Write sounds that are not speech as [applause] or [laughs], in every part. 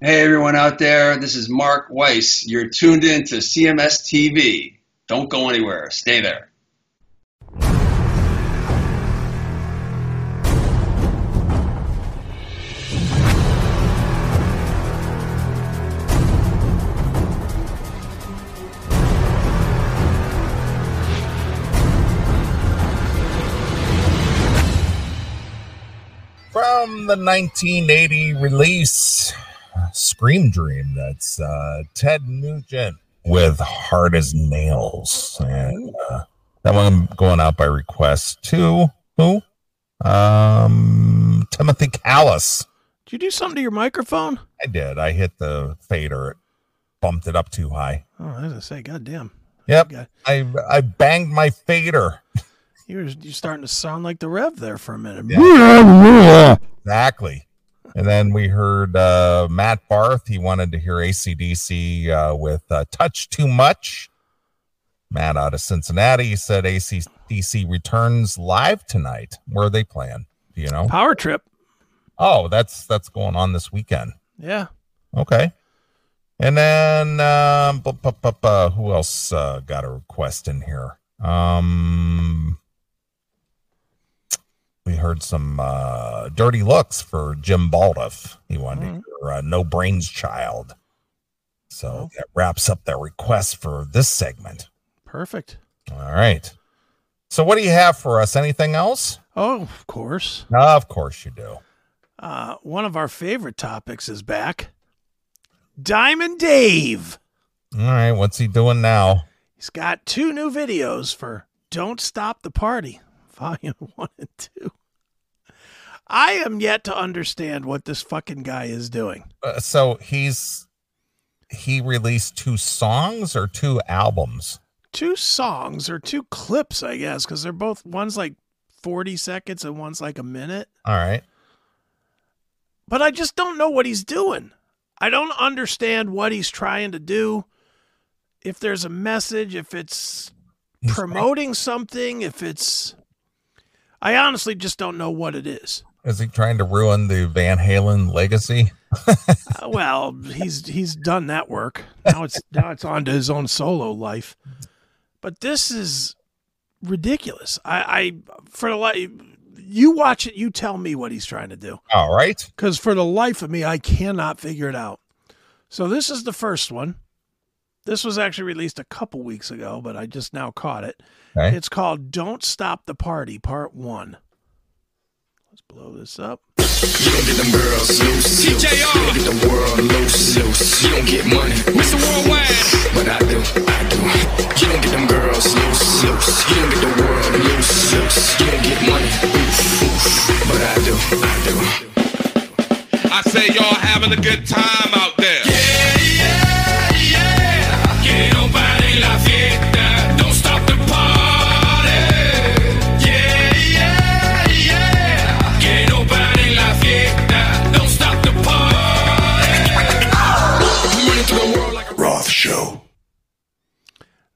Hey, everyone out there. This is Mark Weiss. You're tuned in to CMS TV. Don't go anywhere. Stay there. from the 1980 release Scream Dream. That's uh, Ted Nugent with Hard as Nails. And uh, that one going out by request to who? Um, Timothy Callis. Did you do something to your microphone? I did. I hit the fader, it bumped it up too high. Oh, I was gonna say, goddamn, Yep. God. I, I banged my fader. you were you starting to sound like the Rev there for a minute. Exactly. And then we heard uh, Matt Barth. He wanted to hear ACDC uh, with uh, Touch Too Much. Matt out of Cincinnati he said ACDC returns live tonight. Where are they playing? Do you know? Power trip. Oh, that's that's going on this weekend. Yeah, Okay. And then um, bu- bu- bu- bu- who else uh, got a request in here? Um, we heard some uh, dirty looks for Jim Baldiff. He wanted Mm. to hear uh, No Brains Child. So Well. that wraps up that request for this segment. perfect. All right. So what do you have for us? Anything else? Oh, of course. Of course you do. Uh, one of our favorite topics is back. Diamond Dave. All right. What's he doing now? He's got two new videos for "Don't Stop the Party," [laughs] Volume One and Two. I am yet to understand what this fucking guy is doing. Uh, so he's he released two songs or two albums two songs or two clips, I guess, because they're both one's like 40 seconds and one's like a minute. all right But I just don't know what he's doing. I don't understand what he's trying to do. If there's a message, if it's He's- promoting something, if it's. I honestly just don't know what it is. is he trying to ruin the van halen legacy Uh, well, he's he's done that work. Now it's now it's on to his own solo life. But this is ridiculous. I, I for the life you watch it, you tell me what he's trying to do. all right Because for the life of me, I cannot figure it out. So this is the first one. This was actually released a couple weeks ago, but I just now caught it. Okay. It's called Don't Stop the Party, Part One. Let's blow this up. You don't get them girls loose. loose. You don't get the world loose. loose. You don't get money. Mr. Worldwide. But I do. I do. You don't get them girls loose. loose. You don't get the world loose. loose. You don't get money. Oof, oof. But I do. I do. I say y'all having a good time out there. Don't stop the party. Yeah, yeah, yeah. Que nobody la fiesta. Don't stop the party. Running through the world like a Roth show.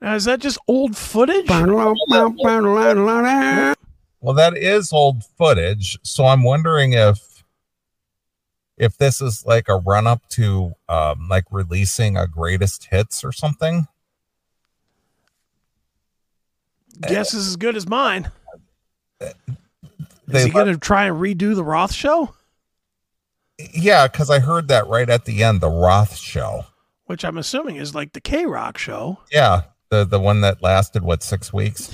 Now, is that just old footage? well that is old footage so i'm wondering if if this is like a run up to um like releasing a greatest hits or something Guess is as good as mine. They is he going to try and redo the Roth show? yeah because i heard that right at the end the roth show Which I'm assuming is like the K Rock show. Yeah, the the one that lasted what six weeks.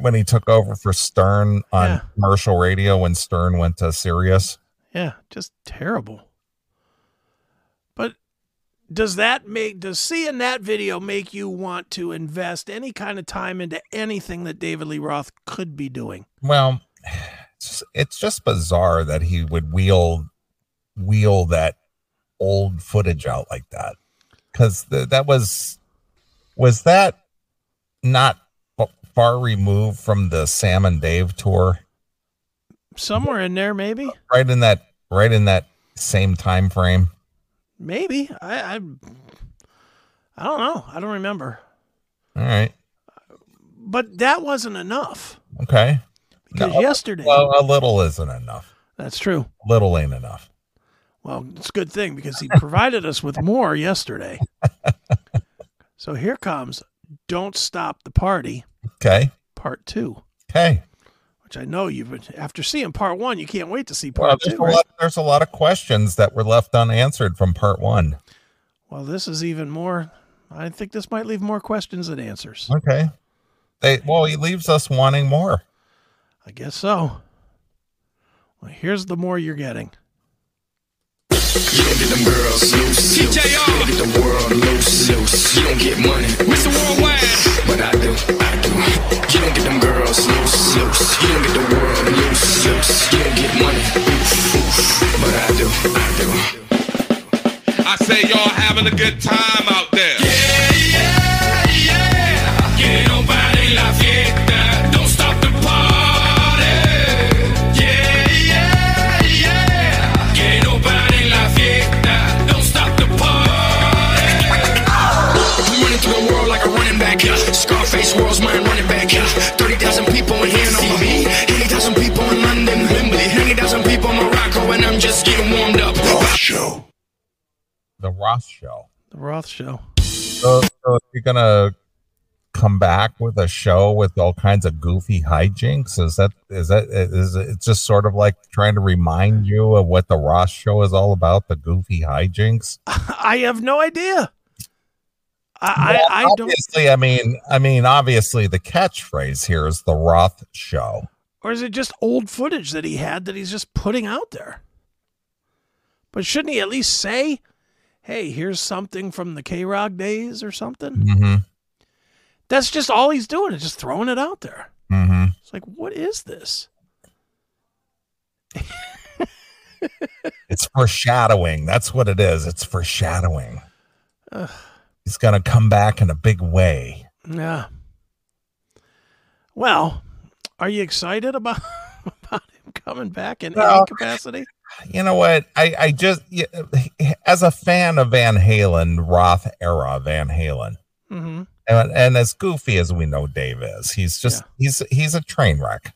when he took over for Stern on Yeah. commercial radio when Stern went to Sirius. Yeah, just terrible. But does that make, does seeing that video make you want to invest any kind of time into anything that David Lee Roth could be doing? Well, it's just, it's just bizarre that he would wheel wheel that old footage out like that because that was was that not fa- far removed from the Sam and Dave tour Somewhere in there, maybe? right in that right in that same time frame Maybe. I, I, I don't know. I don't remember. all right But that wasn't enough okay because No. yesterday, Well, a little isn't enough. that's true. Little ain't enough. Well, it's a good thing because he provided us with more yesterday. So here comes Don't Stop the Party, Okay. part two, Okay. which I know you've been, after seeing part one, you can't wait to see Well, part there's two. a, right? lot, there's a lot of questions that were left unanswered from part one. Well, this is even more. I think this might leave more questions than answers. Okay. They well, he leaves us wanting more. I guess so. Well, here's the more you're getting. You don't get them girls loose. loose. TJR. You don't [laughs] [laughs] get the world loose. loose. You don't get money, Mr. Worldwide, but I do. I do. You don't get them girls loose. loose. You don't get the world loose. loose. You don't get money, oof, oof, but I do. I do. I say y'all having a good time out there. Que no pare la fiesta. Don't stop the party. Yeah, yeah, yeah. Que no pare la fiesta. Don't stop the party. We running through the world like a running back. Yeah. Scarface world's mine running back. Yeah. 30,000 people in here on me. 80,000 people in London, Wembley. 90,000 people in Morocco, oh, and I'm just getting warmed up. Show. The Roth show. The Roth Show. [laughs] So, so if you're gonna come back with a show with all kinds of goofy hijinks, is that is that is it it's just sort of like trying to remind you of what the Roth show is all about? The goofy hijinks. I have no idea. I, I, I don't. obviously, I mean, I mean, obviously, the catchphrase here is the Roth show. Or is it just old footage that he had that he's just putting out there? But shouldn't he at least say, hey, here's something from the K Rock days or something? Mm-hmm. That's just all he's doing, is just throwing it out there. Mm-hmm. It's like, what is this? It's foreshadowing. That's what it is. It's foreshadowing. Ugh. He's gonna come back in a big way. Yeah. Well, are you excited about, [laughs] about him coming back in No. any capacity? You know what? I I just y- as a fan of Van Halen, Roth era Van Halen, Mm-hmm. and, and as goofy as we know Dave is, he's just he's he's a train wreck.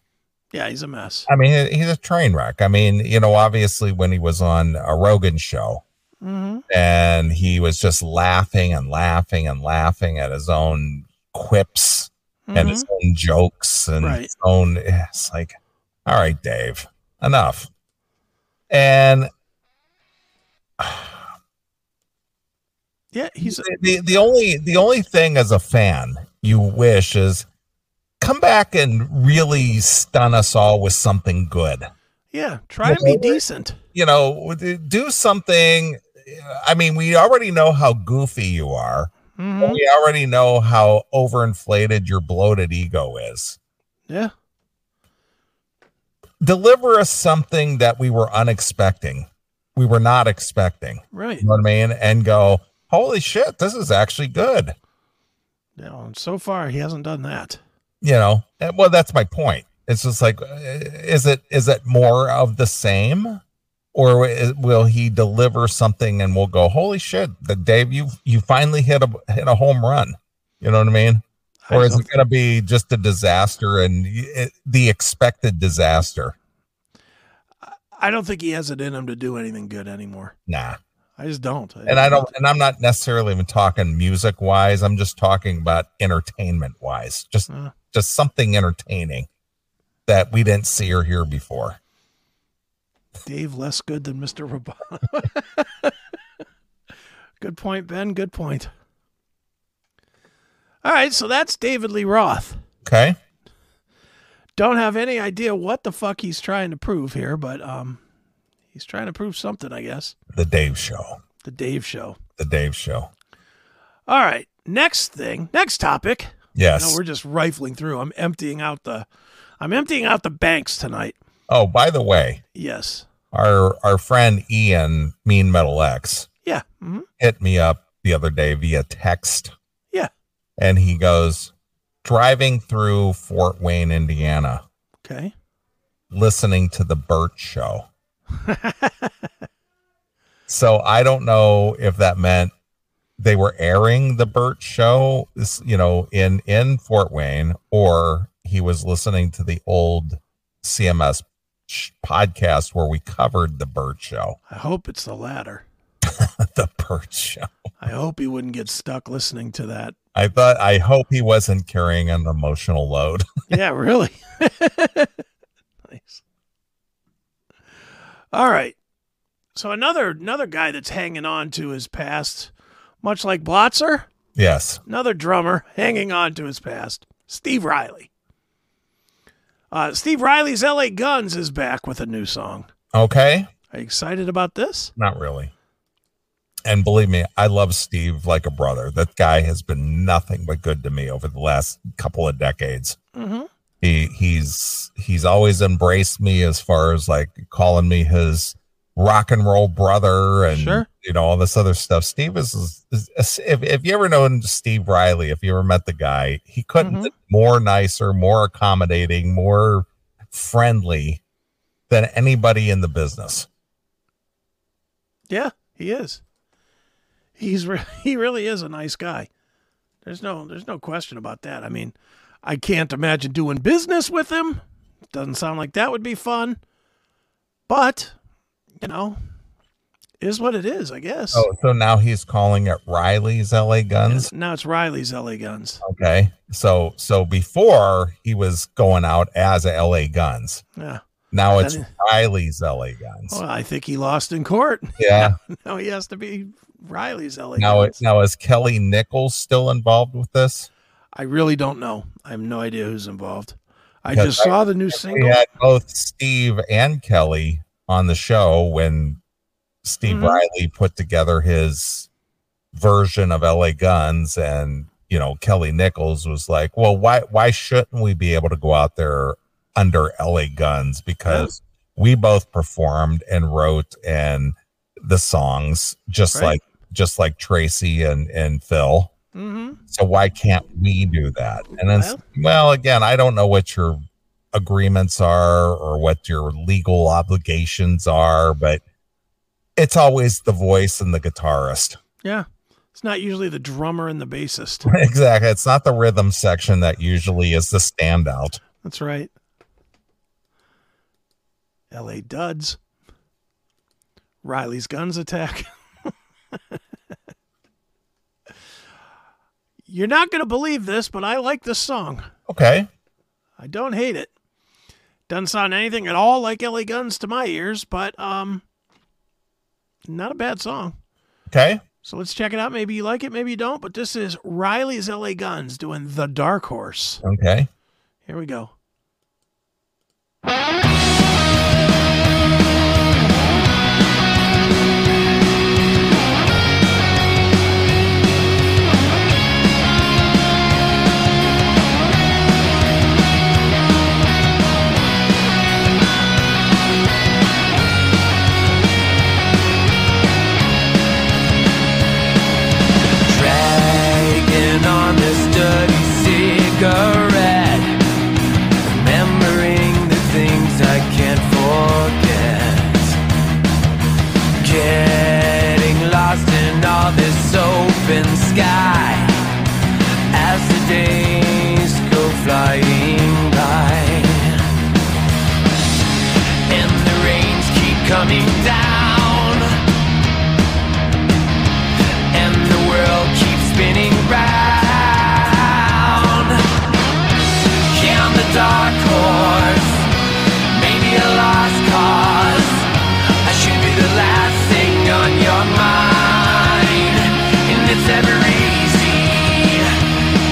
Yeah, he's a mess. I mean, he's a train wreck. I mean, you know, obviously when he was on a Rogan show Mm-hmm. and he was just laughing and laughing and laughing at his own quips Mm-hmm. and his own jokes and Right. his own it's like, all right, Dave, enough. And yeah, he's. the, the only the only thing as a fan you wish is come back and really stun us all with something good. Yeah, try and be decent. you know, do something. I mean, we already know how goofy you are. hmm We already know how overinflated your bloated ego is. Yeah. Deliver us something that we were unexpecting. We were not expecting. Right. You know what I mean? And go, holy shit, this is actually good. No, and so far he hasn't done that. You know, and, well, that's my point. It's just like, uh, is it is it more of the same, or is, will he deliver something and we'll go, holy shit, that Dave, you you finally hit a hit a home run. You know what I mean? I Or is don't- it going to be just a disaster and y- it, the expected disaster? I don't think he has it in him to do anything good anymore. Nah. I just don't. And I don't, and I'm not necessarily even talking music wise. I'm just talking about entertainment wise, just Uh, just something entertaining that we didn't see or hear before. Dave less good than Mr. Roboto. [laughs] good point, Ben. Good point. All right, so that's David Lee Roth. Okay. Don't have any idea what the fuck he's trying to prove here, but um, he's trying to prove something, I guess. The Dave Show. The Dave Show. The Dave Show. All right, next thing, next topic. No, Yes. we're just rifling through. I'm emptying out the, I'm emptying out the banks tonight. oh, by the way, Yes. our our friend Ian Mean Metal X Yeah. hmm hit me up the other day via text. Yeah. And he goes driving through Fort Wayne, Indiana, Okay. listening to the Burt Show. So I don't know if that meant they were airing the Burt Show, this- you know, in in Fort Wayne, or he was listening to the old CMS sh- podcast where we covered the Bird Show. [laughs] I hope it's the latter. the Bird Show. I hope he wouldn't get stuck listening to that. I thought, I hope he wasn't carrying an emotional load. [laughs] Yeah, really. [laughs] nice. All right. So another another guy that's hanging on to his past, much like Blotzer, yes. another drummer hanging on to his past, Steve Riley. Uh, Steve Riley's LA Guns is back with a new song. Okay. Are you excited about this? Not really. And believe me, I love Steve like a brother. That guy has been nothing but good to me over the last couple of decades. Mm-hmm. He he's he's always embraced me as far as like calling me his rock and roll brother and Sure. you know all this other stuff. Steve is, is, is- if if you ever known Steve Riley, if you ever met the guy, he couldn't Mhm. be more nicer, more accommodating, more friendly than anybody in the business. Yeah, he is. He's re- [laughs] he really is a nice guy. There's no there's no question about that. I mean, I can't imagine doing business with him. Doesn't sound like that would be fun. But, you know, is what it is, I guess. Oh, so now he's calling it Riley's LA Guns. Oh. Now it's Riley's LA Guns. Okay. So so before he was going out as LA Guns. Yeah. Now That it's is- Oh, Riley's LA Guns. Well, I think he lost in court. [laughs] yeah. now he has to be Riley's LA Now it, Guns. now is Kelly Nichols still involved with this? I really don't know. I have no idea who's involved. I Because just I- saw the new We single. had both Steve and Kelly on the show when Steve Mhm. Riley put together his version of LA Guns and you know Kelly Nichols was like, "Well, why why shouldn't we be able to go out there under LA Guns because we both performed and wrote and the songs just Right. like just like Tracy and and Phil." Mm-hmm. So why can't we do that? And then, Well- well, again, I don't know what your agreements are or what your legal obligations are, but it's always the voice and the guitarist. [laughs] Yeah. It's not usually the drummer and the bassist. exactly. It's not the rhythm section that usually is the standout. That's right. LA Duds. Riley's Guns Attack. [laughs] You're not going to believe this, but I like this song. Okay. I don't hate it. Doesn't sound anything at all like LA Guns to my ears, but um not a bad song. Okay. So let's check it out. Maybe you like it, maybe you don't, but this is Riley's LA Guns doing The Dark Horse. Okay. Here we go. dragging on this dirty cigarette, remembering the things I can't forget. Getting lost in all this open sky as the days go flying by. And the rains keep coming down and the world keeps spinning round. Can the dark horse maybe a lost cause? I should be the last thing on your mind, and it's never easy,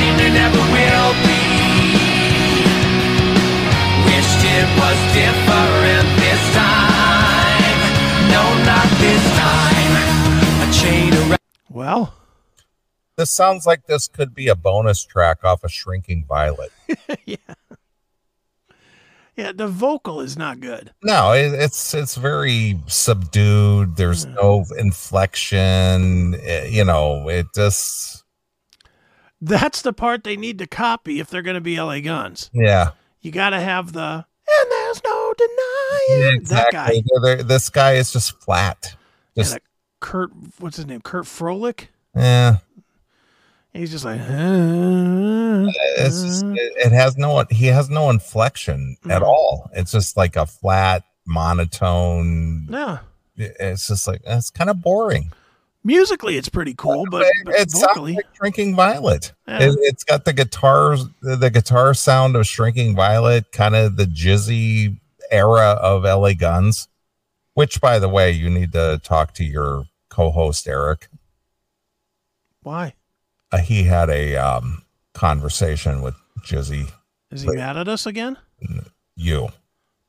and it never will be. Wished it was different this time. No, not this time. A chain around. Well, This sounds like this could be a bonus track off of Shrinking Violet. yeah, the vocal is not good. No, it, it's it's very subdued. There's no inflection. eh, you know, it just That's the part they need to copy if they're going to be LA Guns. yeah. You got to have the and there's no denying Yeah, that guy. They're- they're- this guy is just flat. And Just a Kurt, what's his name? Kurt Froelich. yeah. He's just like, "Huh?" It's just, Mm-hmm. it, it has no he has no inflection at Mhm. all. It's just like a flat monotone. yeah. It- It's just like it's kind of boring. Musically, it's pretty cool, but, It- but it sounds vocally, like Shrinking Violet. yeah. It, it's got the guitars, the guitar sound of Shrinking Violet, kind of the jizzy era of LA Guns. Which, by the way, you need to talk to your co-host Eric. why Uh, he had a um, conversation with Jizzy. is he mad at us again? You,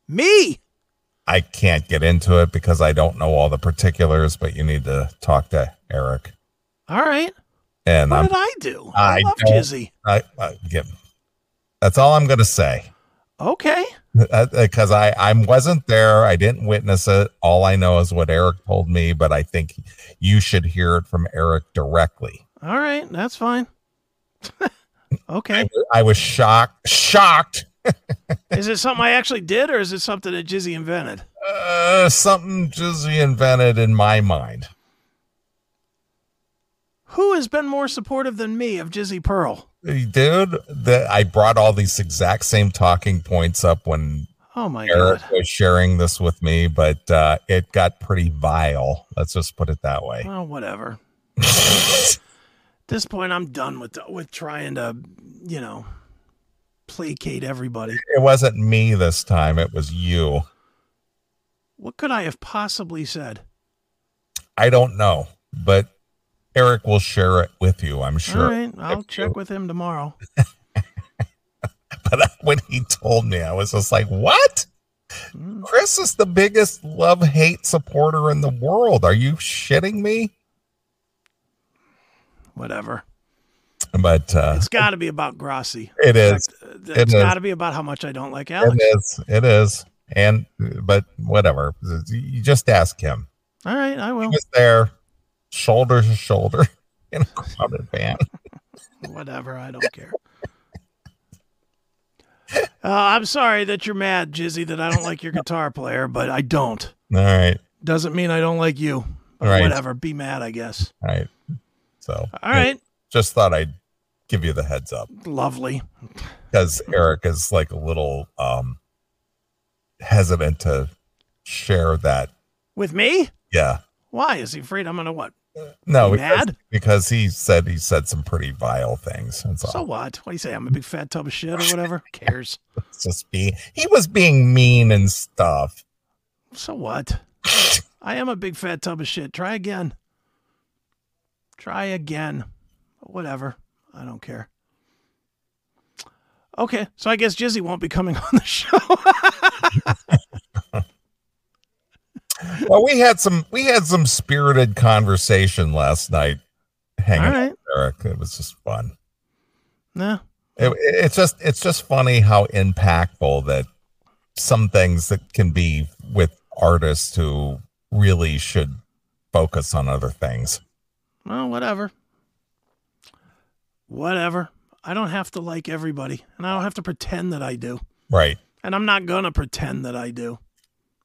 Me? I can't get into it because I don't know all the particulars, but you need to talk to Eric. All right. And What I'm, did I do? Um, I I, love don't- Jizzy. I, I, yeah. that's all I'm going to say. Okay. because I I wasn't there. I didn't witness it. All I know is what Eric told me, but I think you should hear it from Eric directly. All right. That's fine. [laughs] okay. I was shocked. Shocked. Is it something I actually did, or is it something that Jizzy invented? Uh, something Jizzy invented in my mind. Who has been more supportive than me of Jizzy Pearl? Dude, that I brought all these exact same talking points up when Oh my Eric god. was sharing this with me, but uh, it got pretty vile. Let's just put it that way. Well, whatever. At this point, I'm done with with trying to, you know, placate everybody. It wasn't me this time. It was you. What could I have possibly said? I don't know, but Eric will share it with you, I'm All sure. right, I'll If check you- with him tomorrow. But [laughs] when he told me, I was just like, what? Mm, Chris is the biggest love hate supporter in the world. Are you shitting me? Whatever. But uh, It's got to be about Grassi. it is. It's, it's is. got to be about how much I don't like Alex. It is. It is. And, but whatever. You just ask him. All right, I will. He was there, shoulder to shoulder [laughs] in a crowded van. Whatever, I don't care. Uh, I'm sorry that you're mad, Jizzy, that I don't like your guitar player, but I don't. All right. Doesn't mean I don't like you. But Right. Whatever, be mad, I guess. All right. So, All right, Just thought I'd give you the heads up. lovely. because Eric is like a little um hesitant to share that. With me? Yeah. Why is he afraid I'm gonna what? No, You because, mad? because he said he said some pretty vile things. That's all. So what? What do you say? I'm a big fat tub of shit [laughs] or whatever. Who cares? It's just be he was being mean and stuff. So what? I am a big fat tub of shit. Try again. Try again. Whatever. I don't care. Okay, so I guess Jizzy won't be coming [laughs] on the show. well, we had some we had some spirited conversation last night hanging All out right. with Eric. It was just fun. Nah. It, it- it's just it's just funny how impactful that some things that can be with artists who really should focus on other things. Well, whatever. Whatever. I don't have to like everybody, and I don't have to pretend that I do. Right. And I'm not going to pretend that I do.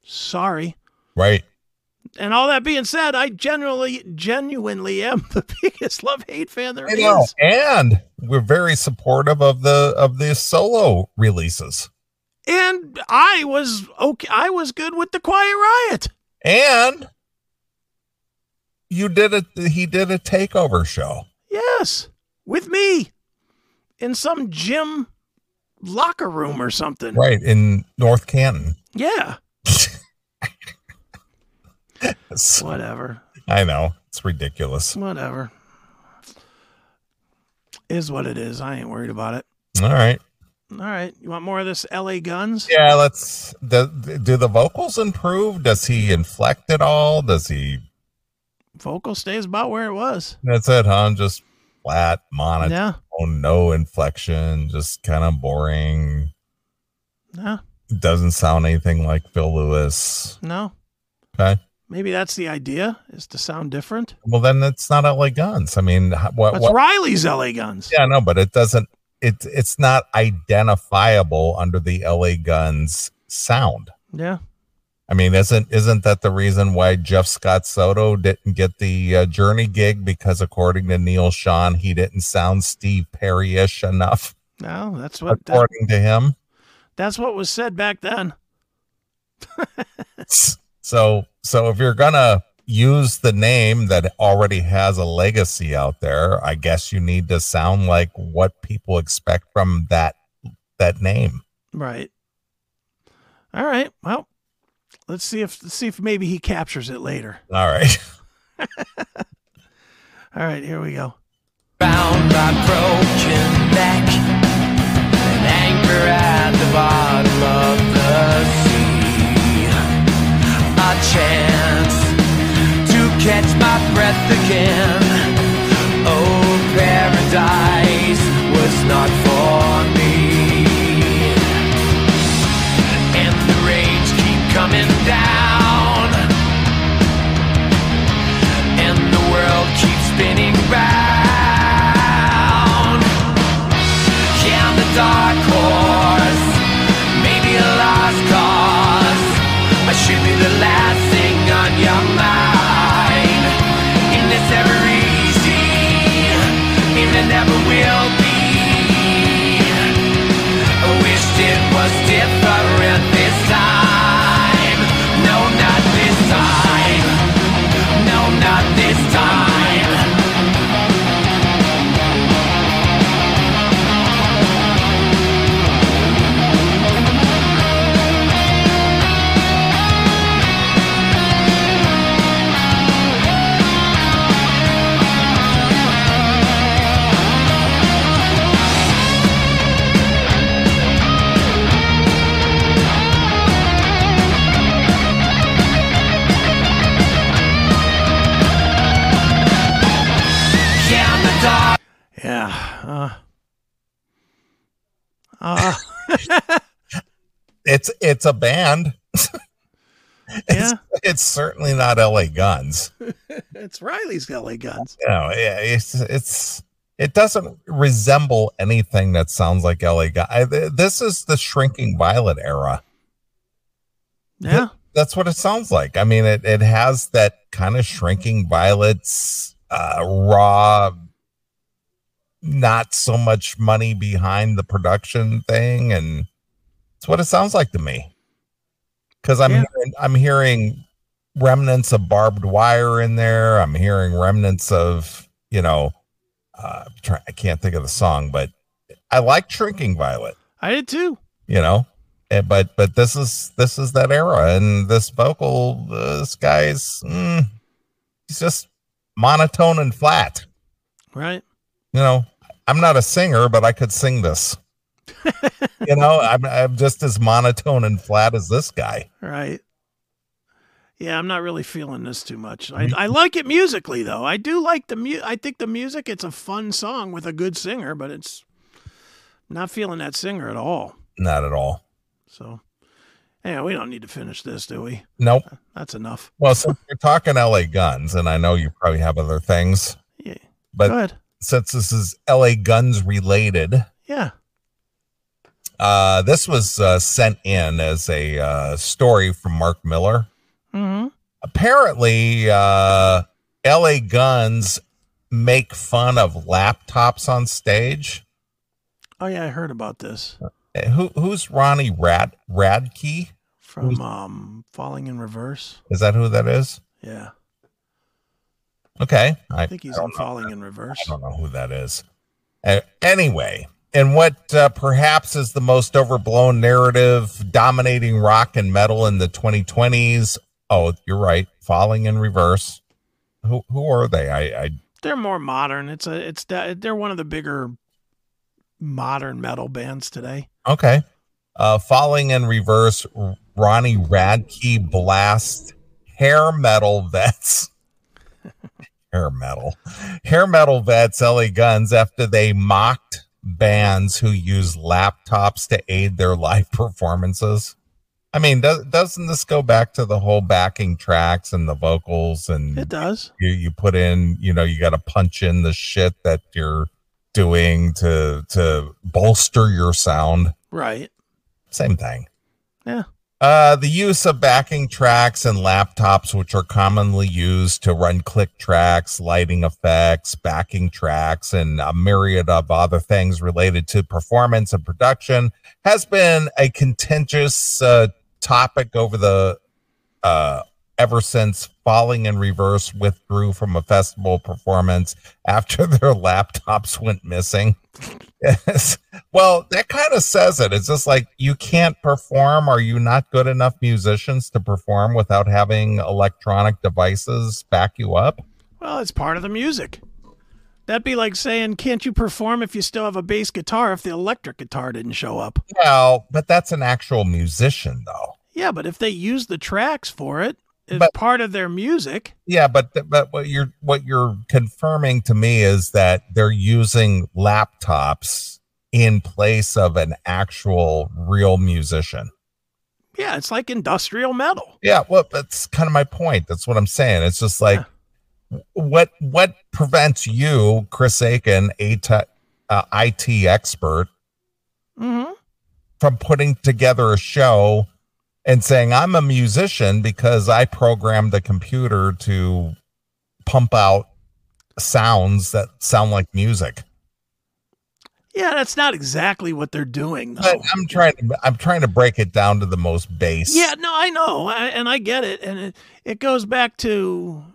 Sorry. Right. And all that being said, I generally, genuinely am [laughs] the biggest love hate fan there I know. is. And we're very supportive of the of the solo releases. And I was okay. I was good with the Quiet Riot. And you did a he did a takeover show. Yes, with me in some gym locker room or something. Right in North Canton. Yeah, It's- whatever, I know. It's ridiculous. whatever. Is what it is. I ain't worried about it. All right. All right, you want more of this LA Guns? Yeah, let's. Do, do the vocals improve? Does he inflect at all? Does he? Vocal stays about where it was. That's it, huh? Just flat monotone, Yeah, no inflection, just kind of boring. no, Doesn't sound anything like Phil Lewis. no. Okay. Maybe that's the idea is to sound different. Well, then it's not LA Guns. I mean, h- what? That's Uh, what Riley's LA Guns. yeah, no, but it doesn't. It it's not identifiable under the LA Guns sound. Yeah. I mean, isn't isn't that the reason why Jeff Scott Soto didn't get the uh, Journey gig because, according to Neil Sean, he didn't sound Steve Perry-ish enough, No, that's what that, according to him. that's what was said back then. So, so if you're gonna use the name that already has a legacy out there, I guess you need to sound like what people expect from that that name. Right. All right. Well, let's see if let's see if maybe he captures it later. All right. [laughs] All right, here we go. Bound by broken neck and anchor at the bottom of the sea. A chance to catch my breath again. Oh, paradise was not for me. And the rains keep coming down and the world keeps spinning round. Yeah, I'm the dark horse, maybe a lost cause. I should be the last thing on your mind. And it's never easy, and it never will be. I wished it was different this time. No, not this time. No, not this time. Yeah, I'm the dog. Yeah. Uh, [laughs] uh, It's it's a band. yeah. It's certainly not LA Guns. It's Riley's LA Guns. You know, yeah, it's it's it doesn't resemble anything that sounds like LA Guns. I, th- this is the shrinking violet era. Yeah. That's what it sounds like. I mean, it it has that kind of shrinking violets, uh, raw, not so much money behind the production thing, and it's what it sounds like to me. Because I'm Yeah. hearing, I'm hearing remnants of barbed wire in there. I'm hearing remnants of you know, uh, I'm try- I can't think of the song, but I like shrinking violet I did too. you know Eh, but but this is this is that era and this vocal uh, this guy's mm, he's just monotone and flat Right. you know i'm not a singer but i could sing this you know I'm, I'm just as monotone and flat as this guy Right. Yeah, I'm not really feeling this too much. I, I like it musically though. I do like the mu- I think the music. It's a fun song with a good singer, but it's not feeling that singer at all. not at all So, yeah, we don't need to finish this, do we? nope That's enough. well since you're talking la guns and i know you probably have other things Yeah. but Go ahead. since this is la guns related Yeah. uh this was uh, sent in as a uh, story from mark miller Mm-hmm. apparently uh LA Guns make fun of laptops on stage. Oh yeah, I heard about this Eh, Who who's Ronnie Rad Radke? from um Falling in Reverse. Is that who that is? Yeah, Okay. I, I think he's I in don't, know, Falling in Reverse. I don't know who that is. Eh, anyway, and what uh, perhaps is the most overblown narrative dominating rock and metal in the 2020s. Oh, you're right. Falling in reverse. Who who are they? I, I They're more modern. It's a it's that they're one of the bigger modern metal bands today. Okay. Uh, falling in reverse, Ronnie Radke blast hair metal vets. [laughs] hair metal. Hair metal vets, LA Guns, after they mocked bands who use laptops to aid their live performances. I mean, does, doesn't this go back to the whole backing tracks and the vocals and It does. you you put in you know you got to punch in the shit that you're doing to to bolster your sound Right. same thing Yeah. Uh, the use of backing tracks and laptops, which are commonly used to run click tracks, lighting effects, backing tracks, and a myriad of other things related to performance and production, has been a contentious uh, topic over the uh, ever since Falling in Reverse withdrew from a festival performance after [laughs] their laptops went missing. [laughs] Yes. Well, that kind of says it. It's just like you can't perform. Are you not good enough musicians to perform without having electronic devices back you up? Well, it's part of the music. That'd be like saying, can't you perform if you still have a bass guitar if the electric guitar didn't show up? Well, but that's an actual musician, though. Yeah, but if they use the tracks for it, it's But- part of their music. Yeah, but th- but what you're what you're confirming to me is that they're using laptops in place of an actual real musician. Yeah, it's like industrial metal. Yeah, well, that's kind of my point. That's what I'm saying. It's just like what what prevents you, Chris Aiken, a t- uh, IT expert, Mm-hmm. from putting together a show and saying I'm a musician because I programmed a computer to pump out sounds that sound like music. Yeah, that's not exactly what they're doing. Though. But uh, I'm trying to I'm trying to break it down to the most base. Yeah, no, I know, I, and I get it, and it, it goes back to. I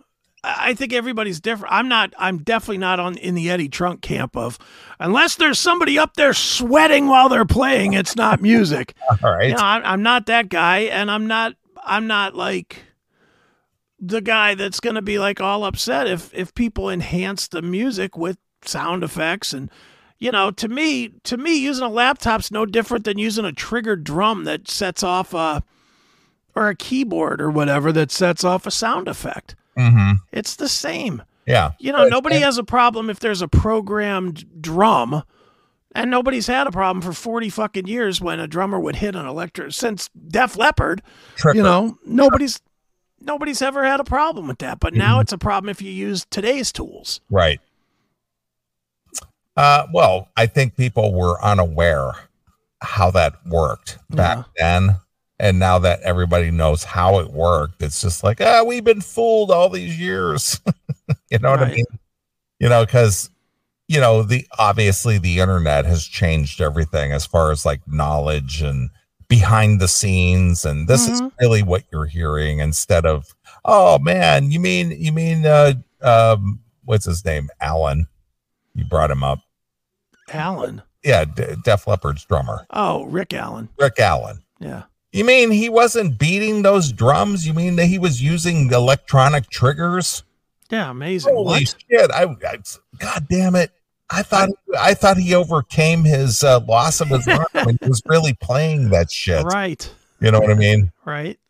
I think everybody's different. I'm not. I'm definitely not on in the Eddie Trunk camp of, unless there's somebody up there sweating while they're playing. It's not music. [laughs] All right. No, I'm, I'm not that guy, and I'm not. I'm not like the guy that's going to be like all upset if if people enhance the music with sound effects and you know to me to me using a laptop's no different than using a triggered drum that sets off a or a keyboard or whatever that sets off a sound effect hmm it's the same Yeah. you know, nobody has a problem if there's a programmed drum, and nobody's had a problem for forty fucking years when a drummer would hit an electric since Def Leppard. Tricker. You know, nobody's nobody's ever had a problem with that. But now it's a problem if you use today's tools. Right. Uh, well, I think people were unaware how that worked back then. And now that everybody knows how it worked, it's just like, ah, we've been fooled all these years. [laughs] you know what I Right. mean? You know, because, you know, the obviously the internet has changed everything as far as like knowledge and behind the scenes. And this is Mhm. really what you're hearing instead of, oh man, you mean, you mean, uh, um, what's his name? Alan. You brought him up. Allen, Yeah, D- Def Leppard's drummer, oh Rick Allen, Rick Allen. yeah, You mean he wasn't beating those drums? You mean that he was using electronic triggers? yeah, amazing. Holy What? Oh, shit! I, I- God damn it! I thought I thought he overcame his uh, loss of his arm when he was really playing that shit. Right, You know what I mean? right. [laughs]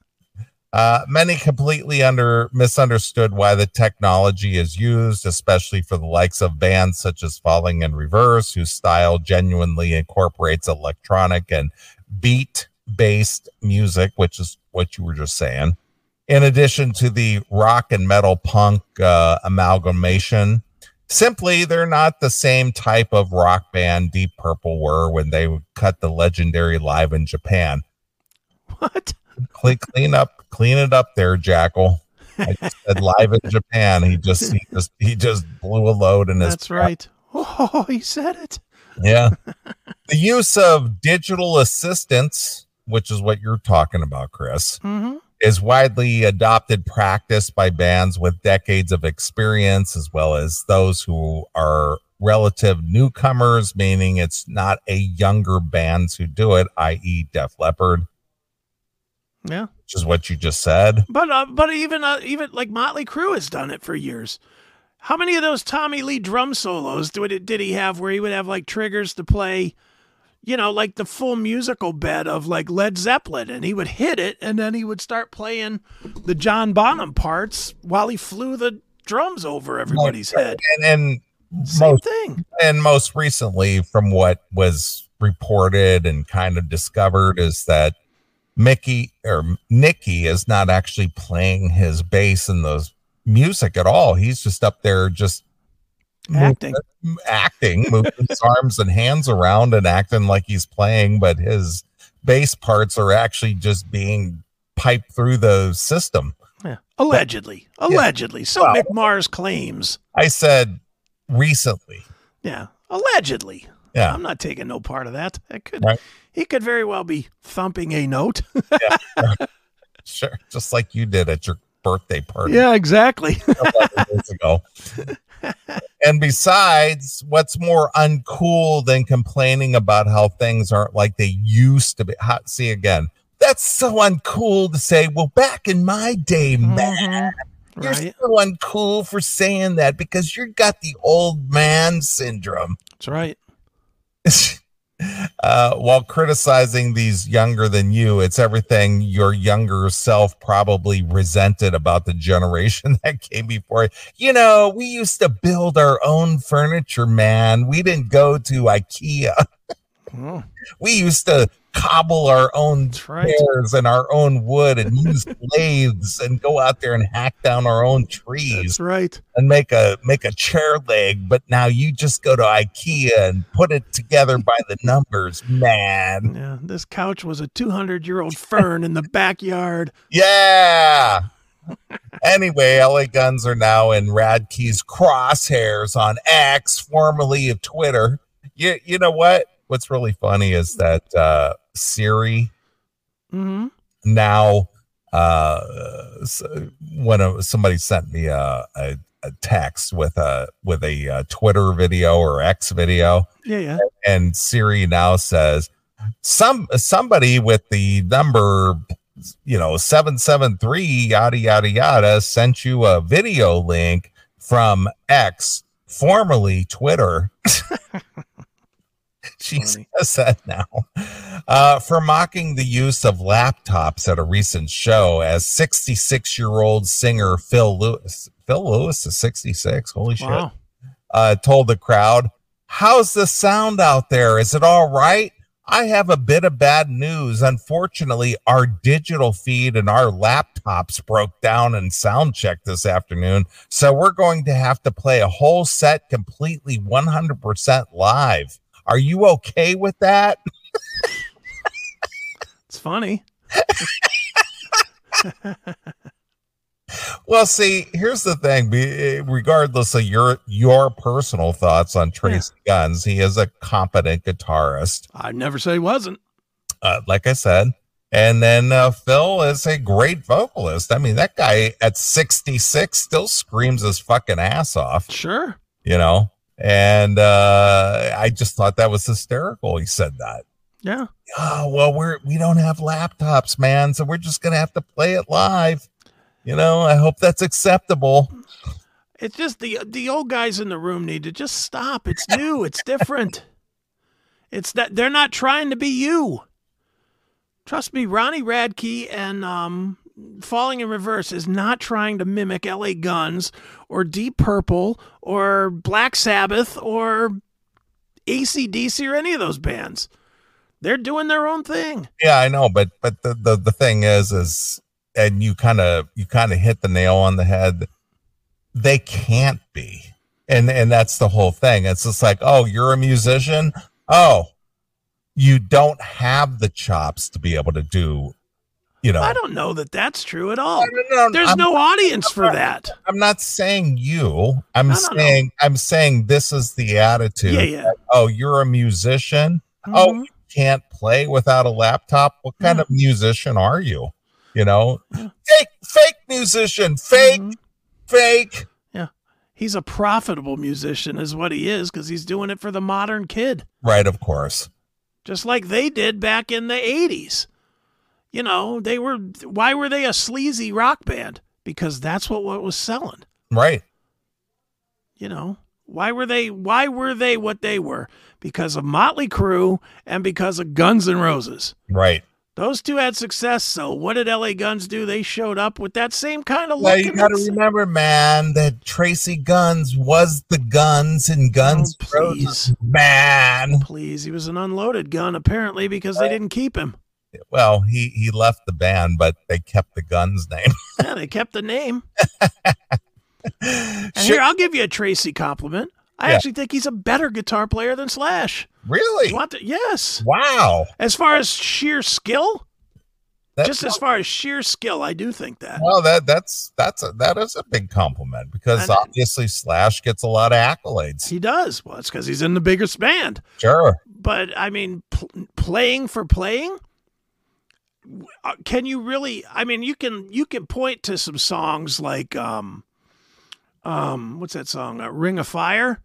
Uh, many completely under misunderstood why the technology is used, especially for the likes of bands such as Falling in Reverse, whose style genuinely incorporates electronic and beat based music, which is what you were just saying. In addition to the rock and metal punk uh, amalgamation, simply they're not the same type of rock band Deep Purple were when they cut the legendary live in Japan What? clean, clean up, clean it up there, Jackal. I just said live in Japan. He just he just he just blew a load in his That's right. [laughs] Oh, he said it. yeah. The use of digital assistants, which is what you're talking about, Chris, Mm-hmm. is widely adopted practice by bands with decades of experience as well as those who are relative newcomers, meaning it's not a younger bands who do it, i.e. Def Leppard, Yeah. which is what you just said. But uh, but even uh, even like Motley Crue has done it for years. How many of those Tommy Lee drum solos did did he have where he would have like triggers to play, you know, like the full musical bed of like Led Zeppelin, and he would hit it, and then he would start playing the John Bonham parts while he flew the drums over everybody's head. And and Same most thing. and most recently from what was reported and kind of discovered is that Mickey or Nicky is not actually playing his bass in the music at all. He's just up there just Acting. moving- acting, moving his arms and hands around and acting like he's playing, but his bass parts are actually just being piped through the system. Yeah. Allegedly, allegedly. So Well- Mick Mars claims. I said recently. Yeah, allegedly. Yeah. I'm not taking no part of that. That could Right. he could very well be thumping a note. Sure. Just like you did at your birthday party. [laughs] [laughs] yeah, exactly. years ago. and besides, what's more uncool than complaining about how things aren't like they used to be? How, see, again, that's so uncool to say, well, back in my day, man, you're right. so uncool for saying that because you got the old man syndrome. That's right. [laughs] Uh, while criticizing these younger than you, it's everything your younger self probably resented about the generation [laughs] that came before. it. You know, we used to build our own furniture, man. We didn't go to IKEA. [laughs] Oh, We used to cobble our own That's right. chairs and our own wood and use [laughs] lathes and go out there and hack down our own trees that's right. and make a make a chair leg, but now you just go to IKEA and put it together by the numbers, man. Yeah, this couch was a 200 year old fern in the backyard. Yeah. Anyway, LA Guns are now in Radke's crosshairs on X, formerly of Twitter. You you know what? What's really funny is that uh Siri hmm now uh s- when uh somebody sent me a, a a text with a with a uh, Twitter video or X video, Yeah, yeah. and Siri now says some somebody with the number you know 773 yada yada yada sent you a video link from X formerly Twitter [laughs] she Funny. says that now uh, for mocking the use of laptops at a recent show as 66 year old singer Phil Lewis Phil Lewis is 66 holy shit Wow. uh, told the crowd, How's the sound out there? Is it all right? I have a bit of bad news. Unfortunately, our digital feed and our laptops broke down in sound check this afternoon. So we're going to have to play a whole set completely 100% live. Are you okay with that? [laughs] It's funny. [laughs] Well, see, here's the thing. Be- Regardless of your your personal thoughts on Tracy Guns, he is a competent guitarist. I'd never say wasn't. uh, like I said. And then uh, Phil is a great vocalist. I mean, that guy at 66 still screams his fucking ass off, Sure. you know? And uh, I just thought that was hysterical. He said that. Yeah. Oh, well, we're, we don't have laptops, man. So we're just going to have to play it live. You know, I hope that's acceptable. It's just the the old guys in the room need to just stop. It's new. It's different. It's that they're not trying to be you. Trust me, Ronnie Radke and um, Falling in Reverse is not trying to mimic L.A. Guns or Deep Purple or Black Sabbath or AC/DC or any of those bands. They're doing their own thing. Yeah, I know, but but the the, the thing is is and you kind of you kind of hit the nail on the head. They can't be. And and that's the whole thing. It's just like, "Oh, you're a musician? Oh, you don't have the chops to be able to do, you know." I don't know that that's true at all. no, There's I'm, no audience for that. I'm not saying you. I'm No, no, no. saying I'm saying this is the attitude. Yeah, yeah. Oh, you're a musician? Oh, Mhm. can't play without a laptop. What kind of musician are you? You know, Yeah. fake, fake musician, fake, Mhm. fake. he's a profitable musician is what he is because he's doing it for the modern kid Right, of course. just like they did back in the 80s you know they were why were they a sleazy rock band because that's what, what was selling Right. you know why were they why were they what they were because of motley crue and because of guns n' roses Right. those two had success so what did la guns do they showed up with that same kind of look Well, you and got to that's- remember, man, that Tracy Guns was the guns and guns. Oh, Roses. please. Man. please he was an unloaded gun apparently because they didn't keep him Well, he, he left the band, but they kept the guns name. [laughs] yeah they kept the name And Sure. here, I'll give you a Tracy compliment. I Yeah. actually think he's a better guitar player than Slash. Really? What the- yes. Wow. As far as sheer skill, That's just as far as sheer skill, I do think that. Well, that that's that's a, that is a big compliment because And- obviously Slash gets a lot of accolades. He does. Well, it's because he's in the biggest band. Sure, But I mean, pl- playing for playing, w- uh, can you really? I mean, you can you can point to some songs like um, um, what's that song? Uh, Ring of Fire,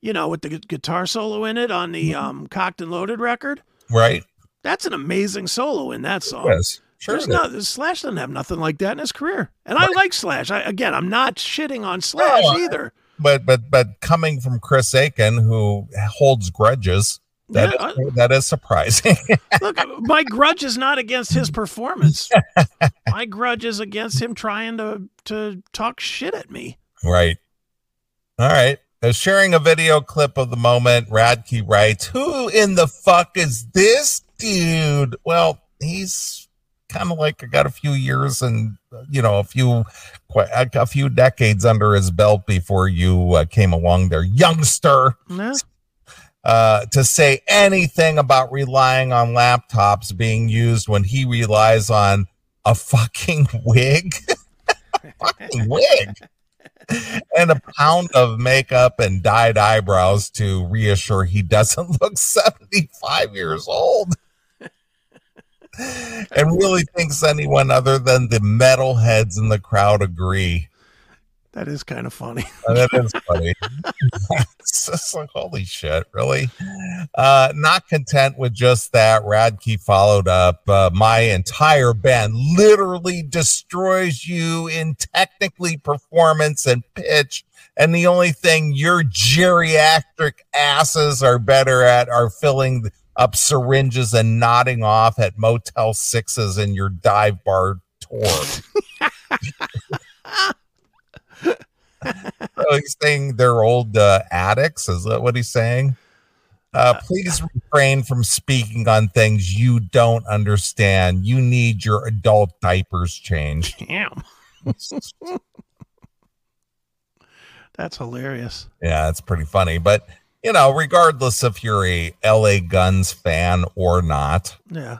you know, with the gu- guitar solo in it Mm-hmm. on the um Cocked and Loaded record. right? That's an amazing solo in that song. Yes, sure. Oh, There's it is. no, Slash doesn't have nothing like that in his career. And I like Slash. I, again, I'm not shitting on Slash No, I- either. But but but coming from Chris Aiken, who holds grudges, that Yeah, is- that is surprising. Look, my grudge is not against his [laughs] performance. my grudge is against him trying to to talk shit at me. Right. All right. Uh, sharing a video clip of the moment, Radke writes, Who in the fuck is this dude? Well, he's kind of like I got a few years and, uh, you know, a few quite, a few decades under his belt before you uh, came along there, youngster, No, uh, to say anything about relying on laptops being used when he relies on a fucking [laughs] wig. fucking wig and a pound of makeup and dyed eyebrows to reassure he doesn't [laughs] look 75 years old and really thinks anyone other than the metalheads in the crowd agree that is kind of funny. [laughs] and Oh, that is funny. [laughs] it's just like, holy shit, really? Uh, not content with just that, Radke followed up. Uh, my entire band literally destroys you in technically performance and pitch. And the only thing your geriatric asses are better at are filling up syringes and nodding off at Motel Sixes in your dive bar tour. So Oh, he's saying they're old uh, addicts. Is that what he's saying? Uh, please refrain from speaking on things you don't understand. You need your adult diapers changed. [laughs] Damn, that's hilarious. Yeah, it's pretty funny. But, you know, regardless if you're a LA Guns fan or not, Yeah,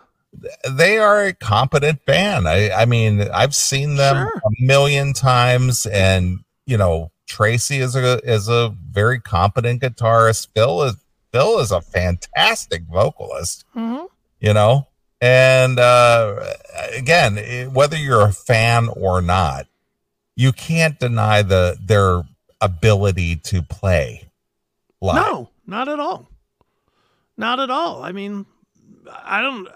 they are a competent band. I, I mean, I've seen them Sure. a million times, and you know, Tracy is a is a very competent guitarist. Phil is Phil is a fantastic vocalist. Mhm. You know, and uh, again, it- whether you're a fan or not, you can't deny the their ability to play live. no, not at all. Not at all. I mean, I don't.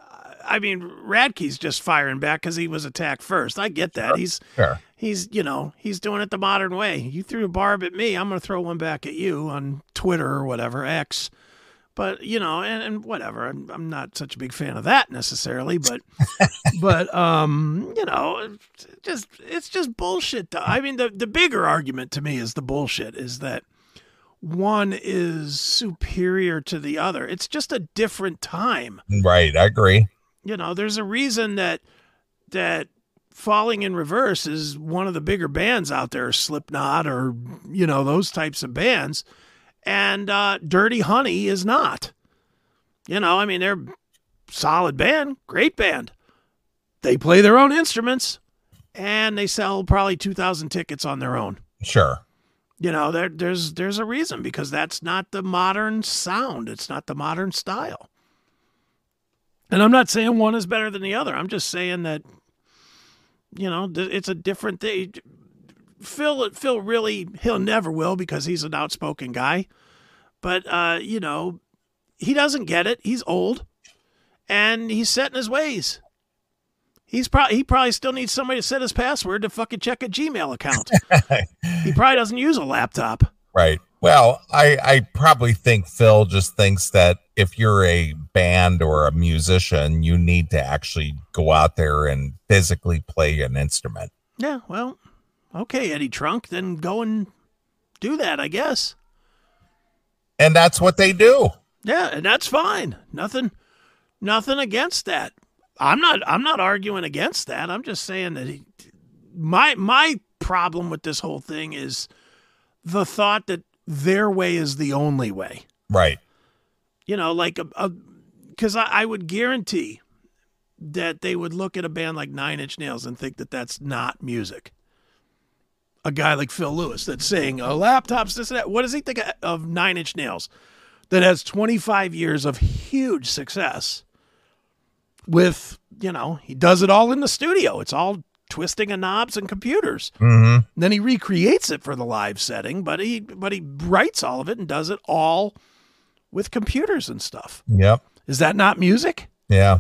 I mean, Radke's just firing back because he was attacked first. I get that. He's Sure. he's you know he's doing it the modern way you threw a barb at me i'm going to throw one back at you on twitter or whatever x but you know and, and whatever I'm, I'm not such a big fan of that necessarily but but um you know it's just it's just bullshit though. i mean the, the bigger argument to me is the bullshit is that one is superior to the other it's just a different time Right. I agree. you know there's a reason that that falling in reverse is one of the bigger bands out there slipknot or you know those types of bands and uh, dirty honey is not you know i mean they're solid band great band they play their own instruments and they sell probably 2000 tickets on their own Sure. you know there, there's there's a reason because that's not the modern sound it's not the modern style and i'm not saying one is better than the other i'm just saying that you know th- it's a different thing phil phil really he'll never will because he's an outspoken guy but uh you know he doesn't get it he's old and he's set in his ways he's probably he probably still needs somebody to set his password to fucking check a gmail account he probably doesn't use a laptop. Right. Well, I, I probably think Phil just thinks that if you're a band or a musician, you need to actually go out there and physically play an instrument. Yeah, well, okay, Eddie Trunk, then go and do that, I guess. And that's what they do. Yeah, and that's fine. Nothing nothing against that. I'm not I'm not arguing against that. I'm just saying that he, my my problem with this whole thing is the thought that their way is the only way. Right. You know, like a, a because I, I would guarantee that they would look at a band like Nine Inch Nails and think that that's not music. A guy like Phil Lewis that's saying uh, laptops, this and that. What does he think of- of Nine Inch Nails that has 25 years of huge success with, you know, he does it all in the studio. It's all twisting of knobs and computers. Mm-hmm. Then he recreates it for the live setting, but he but he writes all of it and does it all with computers and stuff. Yep. Is that not music? Yeah.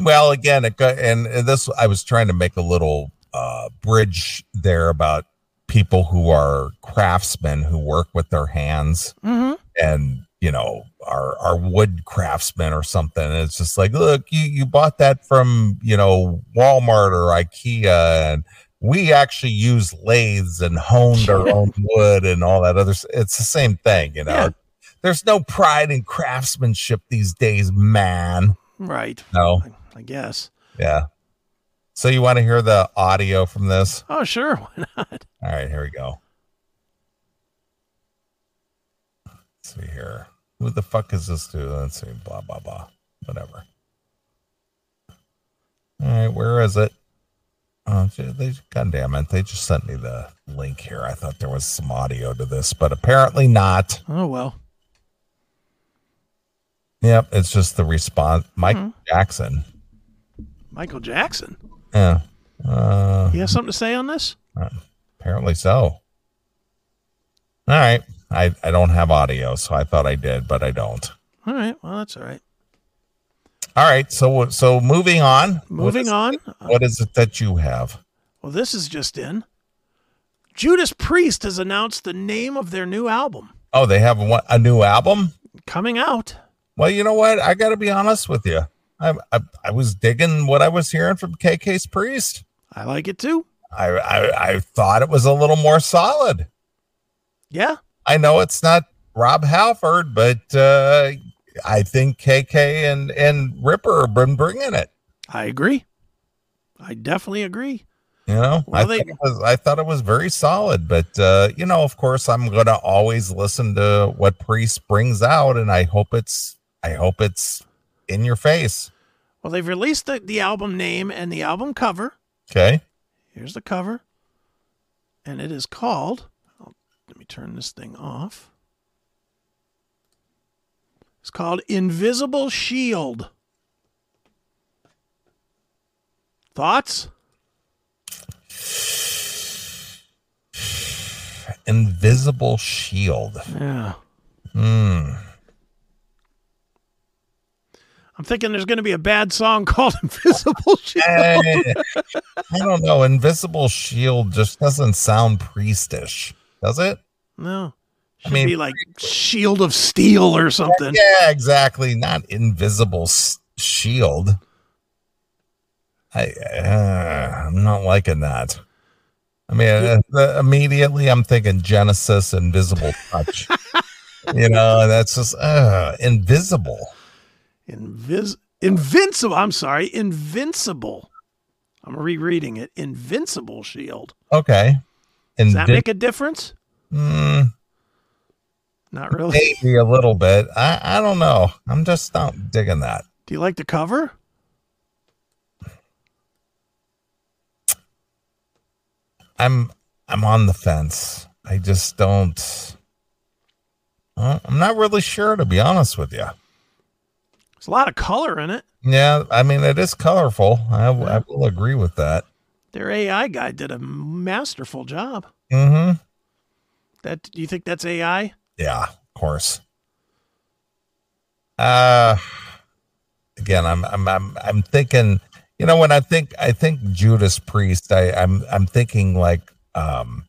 Well, again, it got, and and this I was trying to make a little uh, bridge there about people who are craftsmen who work with their hands Mm-hmm. and you know are are wood craftsmen or something. And it's just like, look, you you bought that from you know Walmart or IKEA, and we actually use lathes and honed our own wood and all that other. s- It's the same thing, you know. Yeah. There's no pride in craftsmanship these days, man. Right. No. I- I guess. Yeah. So you want to hear the audio from this? Oh, sure. [laughs] Why not? All right, here we go. Let's see here. Who the fuck is this dude? Let's see. Blah blah blah. Whatever. All right, where is it? Oh, gee, they, God damn it! They just sent me the link here. I thought there was some audio to this, but apparently not. Oh, well. Yep, it's just the response. Mike Jackson. Michael Jackson. Yeah. Uh, You have something to say on this? Apparently so. All right. I, I don't have audio, so I thought I did, but I don't. All right. Well, that's all right. All right. So so moving on. What Moving is- on. What is it that you have? Well, this is just in. Judas Priest has announced the name of their new album Oh, they have one, a new album. coming out. Well, you know what? I got to be honest with you. I, I I was digging what I was hearing from KK's Priest. I like it too. I, I I thought it was a little more solid. Yeah. I know it's not Rob Halford, but uh, I think KK and and Ripper have been bringing it. I agree. I definitely agree. You know, I, Well, they- thought it was, I thought it was very solid, but uh, you know, of course, I'm gonna always listen to what Priest brings out, and I hope it's, I hope it's in your face. Well, they've released the, the album name and the album cover. Okay, Here's the cover. And it is called. I'll, let me turn this thing off. It's called Invisible Shield. Thoughts? Invisible Shield. Yeah. Hmm. I'm thinking there's going to be a bad song [laughs] called Invisible Shield. I, I don't know. Invisible Shield just doesn't sound Priestish, does it? No. I Should mean- be like Shield of Steel or something. Yeah, exactly. Not invisible s- shield. I uh, I'm not liking that. I mean, uh, uh, immediately I'm thinking Genesis, Invisible [laughs] Touch. you know, that's just uh, invisible. Invis- invincible. I'm sorry. Invincible. I'm rereading it. Invincible Shield. Okay, and Does that make a difference? Hmm. Not really. maybe a little bit. I I don't know. I'm just not digging that. Do you like the cover? I'm I'm on the fence. I just don't. Uh, I'm not really sure, to be honest with you. There's a lot of color in it. Yeah, I mean it is colorful. I, w- I will agree with that. Their AI guy did a masterful job. Mm-hmm. That do you think that's AI? Yeah, of course. Uh again, I'm I'm I'm I'm thinking. You know, when I think I think Judas Priest, I, I'm I'm thinking like, um,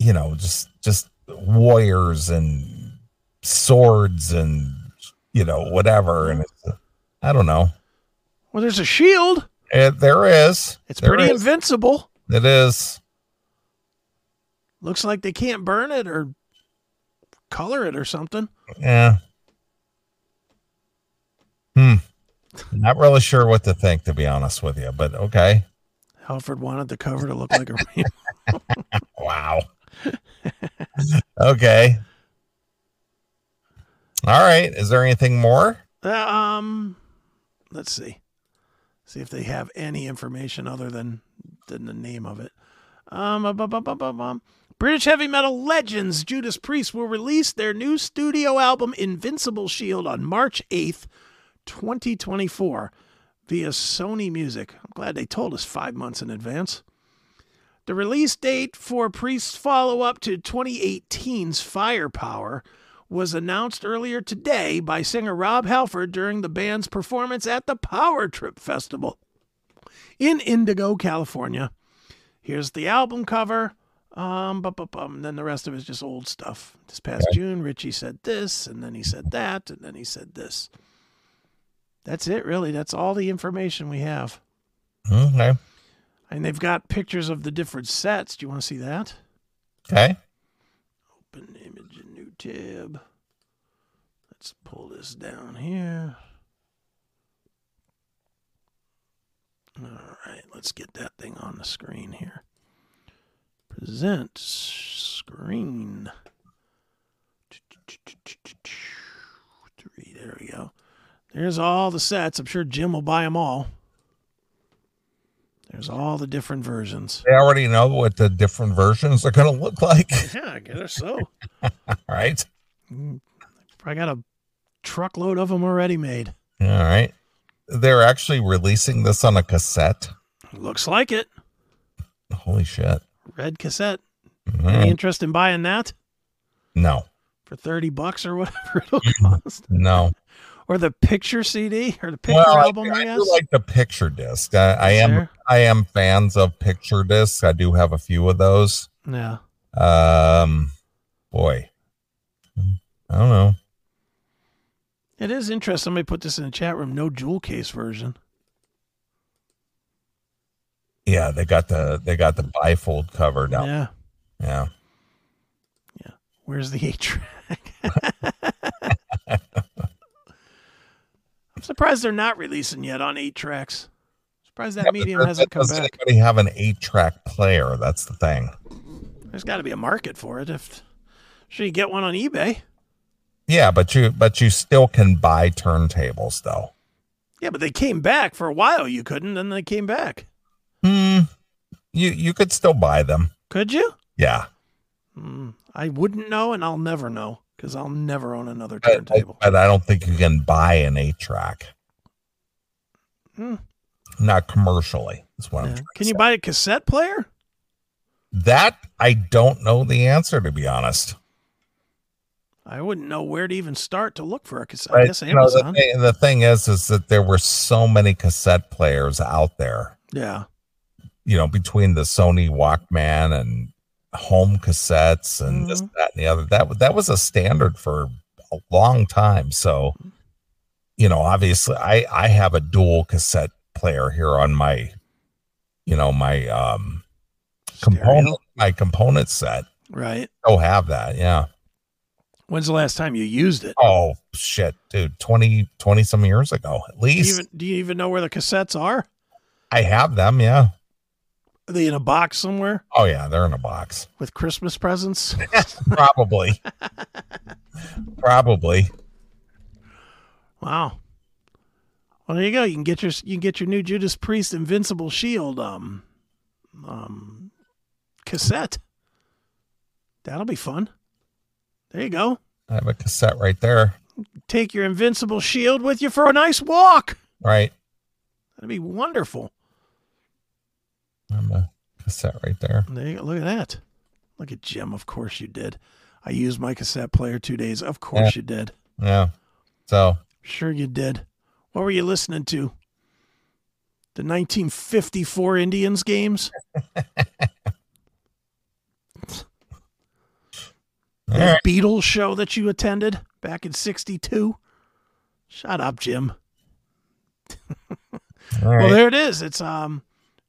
you know, just just warriors and swords and you know whatever, and it's, I don't know. Well, there's a shield. It, there is. It's There pretty is. invincible. It is. Looks like they can't burn it or color it or something. Yeah. Hmm. Not really sure what to think, to be honest with you, but okay. Halford wanted the cover to look like a [laughs] rainbow. Wow. okay. All right. Is there anything more? Um, let's see, see if they have any information other than than the name of it. Um, bu- bu- bu- bu- bum. British heavy metal legends Judas Priest will release their new studio album Invincible Shield on March eighth, twenty twenty four, via Sony Music. I'm glad they told us five months in advance. The release date for Priest's follow up to 2018's Firepower was announced earlier today by singer Rob Halford during the band's performance at the Power Trip Festival in Indigo, California. Here's the album cover. Um, bum, bum, bum. Then the rest of it is just old stuff. This past June, Richie said this, and then he said that, and then he said this. That's it, really. That's all the information we have. Hmm, Okay. And they've got pictures of the different sets. Do you want to see that? Okay. Open image in new tab. Let's pull this down here. All right, let's get that thing on the screen here. Present screen. Three, there we go. There's all the sets. I'm sure Jim will buy them all. There's all the different versions. They already know what the different versions are going to look like. [laughs] Yeah, I guess so. All right. Probably Mm, got a truckload of them already made. All right. They're actually releasing this on a cassette. Looks like it. Holy shit. Red cassette. All Any right. interest in buying that No, for 30 bucks or whatever it'll Hmm. cost? no. [laughs] Or the picture CD or the picture Well, I, album, I, I guess? do like the picture disc. I, I am Sure. I am fans of picture discs. I do have a few of those. Yeah. Um, boy, I don't know. It is interesting. Somebody put this in the chat room. No jewel case version. Yeah, they got the they got the bifold cover now. Yeah. Yeah. Where's the [laughs] eight track? I'm surprised they're not releasing yet on eight tracks. Surprised that Yeah, but medium does- hasn't come does back. anybody have an eight track player? That's the thing. There's got to be a market for it. If sure you get one on eBay. Yeah, but you but you still can buy turntables though. Yeah, but they came back for a while. You couldn't, then they came back. Hmm. You you could still buy them. Could you? Yeah. Hmm. I wouldn't know, and I'll never know because I'll never own another But, turntable. but I don't think you can buy an eight track. Hmm. Not commercially, is what I'm Yeah. trying Can to you say. buy a cassette player? that I don't know the answer to be honest. I wouldn't know where to even start to look for a cassette. I But, guess you know, the, Amazon. thing, the thing is is that there were so many cassette players out there, yeah. you know, between the Sony Walkman and home cassettes and this, Mhm. that, and the other. That wa- that was a standard for a long time. So, you know, obviously I I have a dual cassette player here on my you know, my um component my component set. Right. Oh, have that. Yeah. When's the last time you used it? Oh shit, dude. 20 20 some years ago at Do you, least. even, do you even know where the cassettes are? I have them, yeah. Are they in a box somewhere Oh yeah, they're in a box. with Christmas presents? Probably. Probably. Wow. Well, there you go. You can get your you can get your new Judas Priest Invincible Shield um um cassette. That'll be fun. There you go. I have a cassette right there. Take your Invincible Shield with you for a nice walk. Right. That'd be wonderful. I have a cassette right there. There you go. Look at that. Look at Jim. Of course you did. I used my cassette player two days. Of course you did. Yeah. So Sure you did. What were you listening to? The 1954 Indians games? all That right. Beatles show that you attended back in 62? Shut up, Jim. all right. Well, there it is. It's um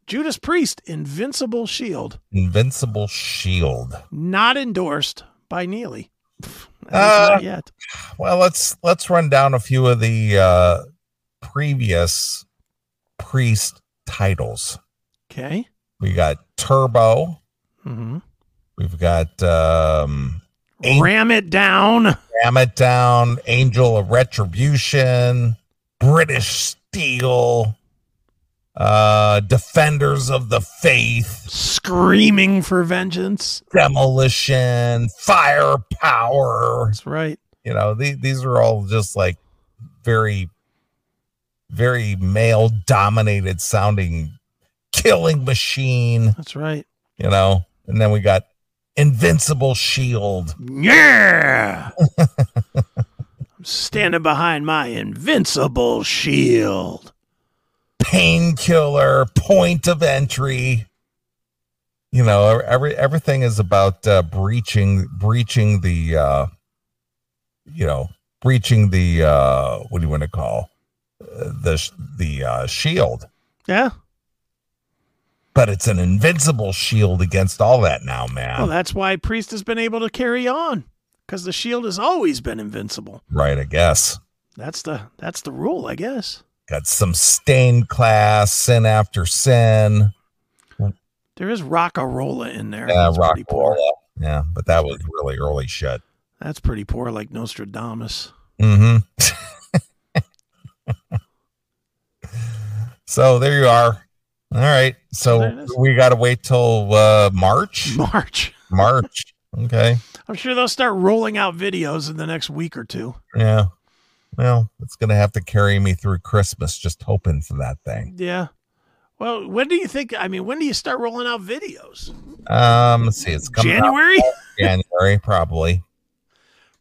Judas Priest Invincible Shield, Invincible Shield. not endorsed by Neely. At least Uh, not yet. Well, let's let's run down a few of the uh previous priest titles. Okay. We got Turbo, Mm-hmm. we've got um Ain't- Ram it down. Ram It Down, Angel of Retribution, British Steel, uh, Defenders of the Faith, Screaming for vengeance. Demolition, Firepower. That's right. You know, the- these are all just like very, very male dominated sounding killing machine, [laughs] That's right. you know. And then we got Invincible Shield. Yeah. I'm standing behind my invincible shield. painkiller point of entry you know every everything is about uh, breaching breaching the uh you know breaching the uh what do you want to call uh, the sh- the uh shield Yeah. but it's an invincible shield against all that now man Well, that's why Priest has been able to carry on because the shield has always been invincible. right i guess That's the that's the rule, I guess. got some stained class sin after sin There is Rockarola in there. uh, That's rock pretty poor. yeah but that was really early shit That's pretty poor, like Nostradamus. [laughs] Mm-hmm. so there you are. All right. There it So is. we got to wait till uh, March. March. March. Okay. I'm sure they'll start rolling out videos in the next week or two. Yeah. Well, it's gonna have to carry me through Christmas, just hoping for that thing. Yeah. Well, when do you think? I mean, when do you start rolling out videos? Um, let's see, it's coming out January? in January, probably.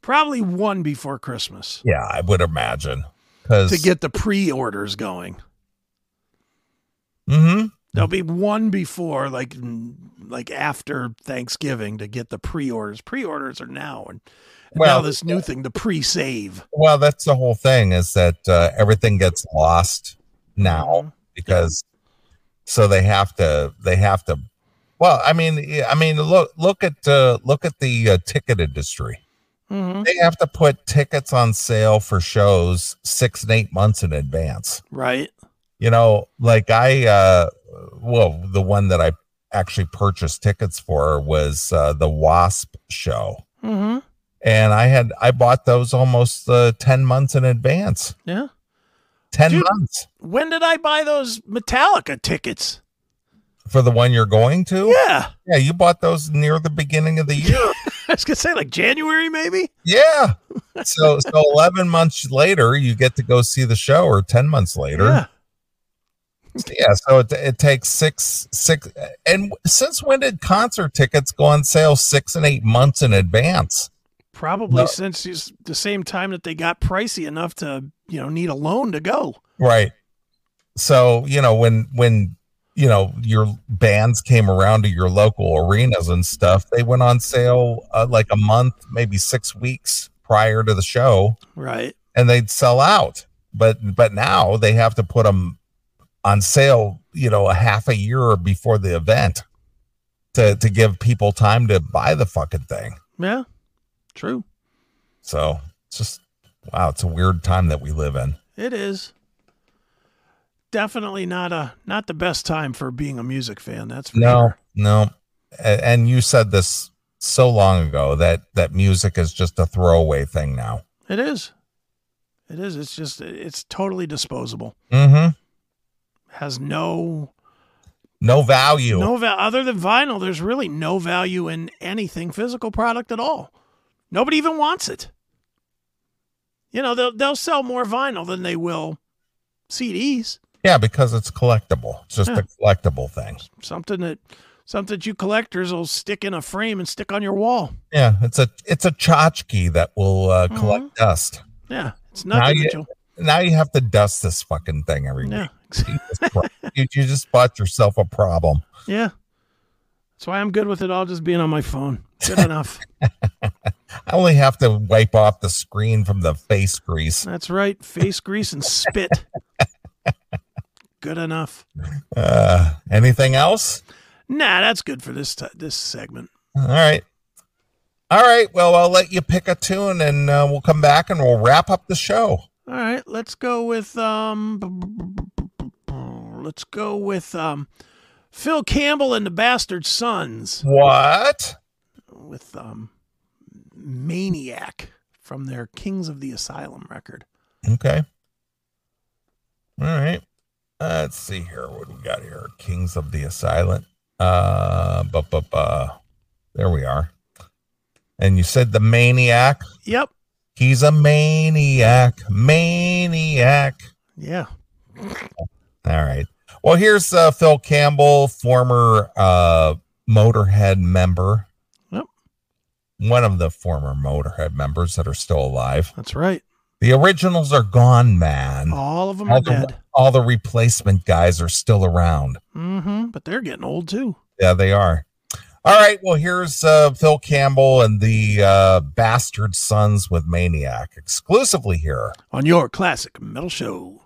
Probably one before Christmas Yeah, I would imagine. Because to get the pre orders going. mm-hmm. There'll be one before, like mm, like after Thanksgiving, to get the pre-orders. Pre-orders are now, and and Well- now this new thing, the pre-save. well, that's the whole thing is that uh, everything gets lost now. because so they have to they have to well i mean yeah, i mean look look at uh, look at the uh, ticket industry hmm they have to put tickets on sale for shows six and eight months in advance right? you know like i uh well the one that i actually purchased tickets for was uh the wasp show Mm-hmm. and i had i bought those almost uh 10 months in advance Yeah. 10 Dude. months When did I buy those Metallica tickets? for the one you're going to Yeah, yeah you bought those near the beginning of the year [laughs] I was gonna say like January maybe. Yeah. So [laughs] so 11 months later you get to go see the show or 10 months later. Yeah. Yeah. so it, it takes 6 6 and since when did concert tickets go on sale 6 and 8 months in advance? Probably No. since it's the same time that they got pricey enough to you know need a loan to go. Right. So, you know, when when you know your bands came around to your local arenas and stuff, they went on sale uh, like a month, maybe 6 weeks prior to the show. Right. and they'd sell out. But but now they have to put them on sale, you know, a half a year before the event to to give people time to buy the fucking thing. Yeah. True. So it's just wow, it's a weird time that we live in. It is. Definitely not a not the best time for being a music fan. That's for sure. no. A- And you said this so long ago that that music is just a throwaway thing now. It is. It is. It's just it's totally disposable. Mm-hmm. Has no No value. no va- other than vinyl. There's really no value in anything physical product at all. Nobody even wants it. You know they'll they'll sell more vinyl than they will CDs. Yeah, because it's collectible. It's just Yeah. a collectible thing. Something that something that you collectors will stick in a frame and stick on your wall. Yeah, it's a it's a tchotchke that will uh, collect dust. Yeah, it's Now nothing. you- that you'll- now you have to dust this fucking thing [laughs] every Yeah. week. Jesus Christ. you, you just bought yourself a problem. Yeah. That's why I'm good with it all just being on my phone. Good enough. I only have to wipe off the screen from the face grease. That's right. Face grease and spit. Good enough. Uh, anything else? Nah, that's good for this t- this segment. All right. All right. Well, I'll let you pick a tune and uh, we'll come back and we'll wrap up the show. All right, let's go with um let's go with um Phil Campbell and the Bastard Sons What? with um Maniac from their Kings of the Asylum record. Okay. All right. Uh, let's see here. What do we got here? Kings of the Asylum. Uh, but but there we are. And you said the maniac. Yep. He's a maniac. Maniac. Yeah. All right. Well, here's uh, Phil Campbell, former uh, Motorhead member. Yep. One of the former Motorhead members that are still alive. That's right. The originals are gone, man. All of them all, are the, dead. all the replacement guys are still around. Mm-hmm. But they're getting old too. Yeah, they are. All right. Well, here's uh, Phil Campbell and the uh, Bastard Sons with Maniac exclusively here. On your classic metal show.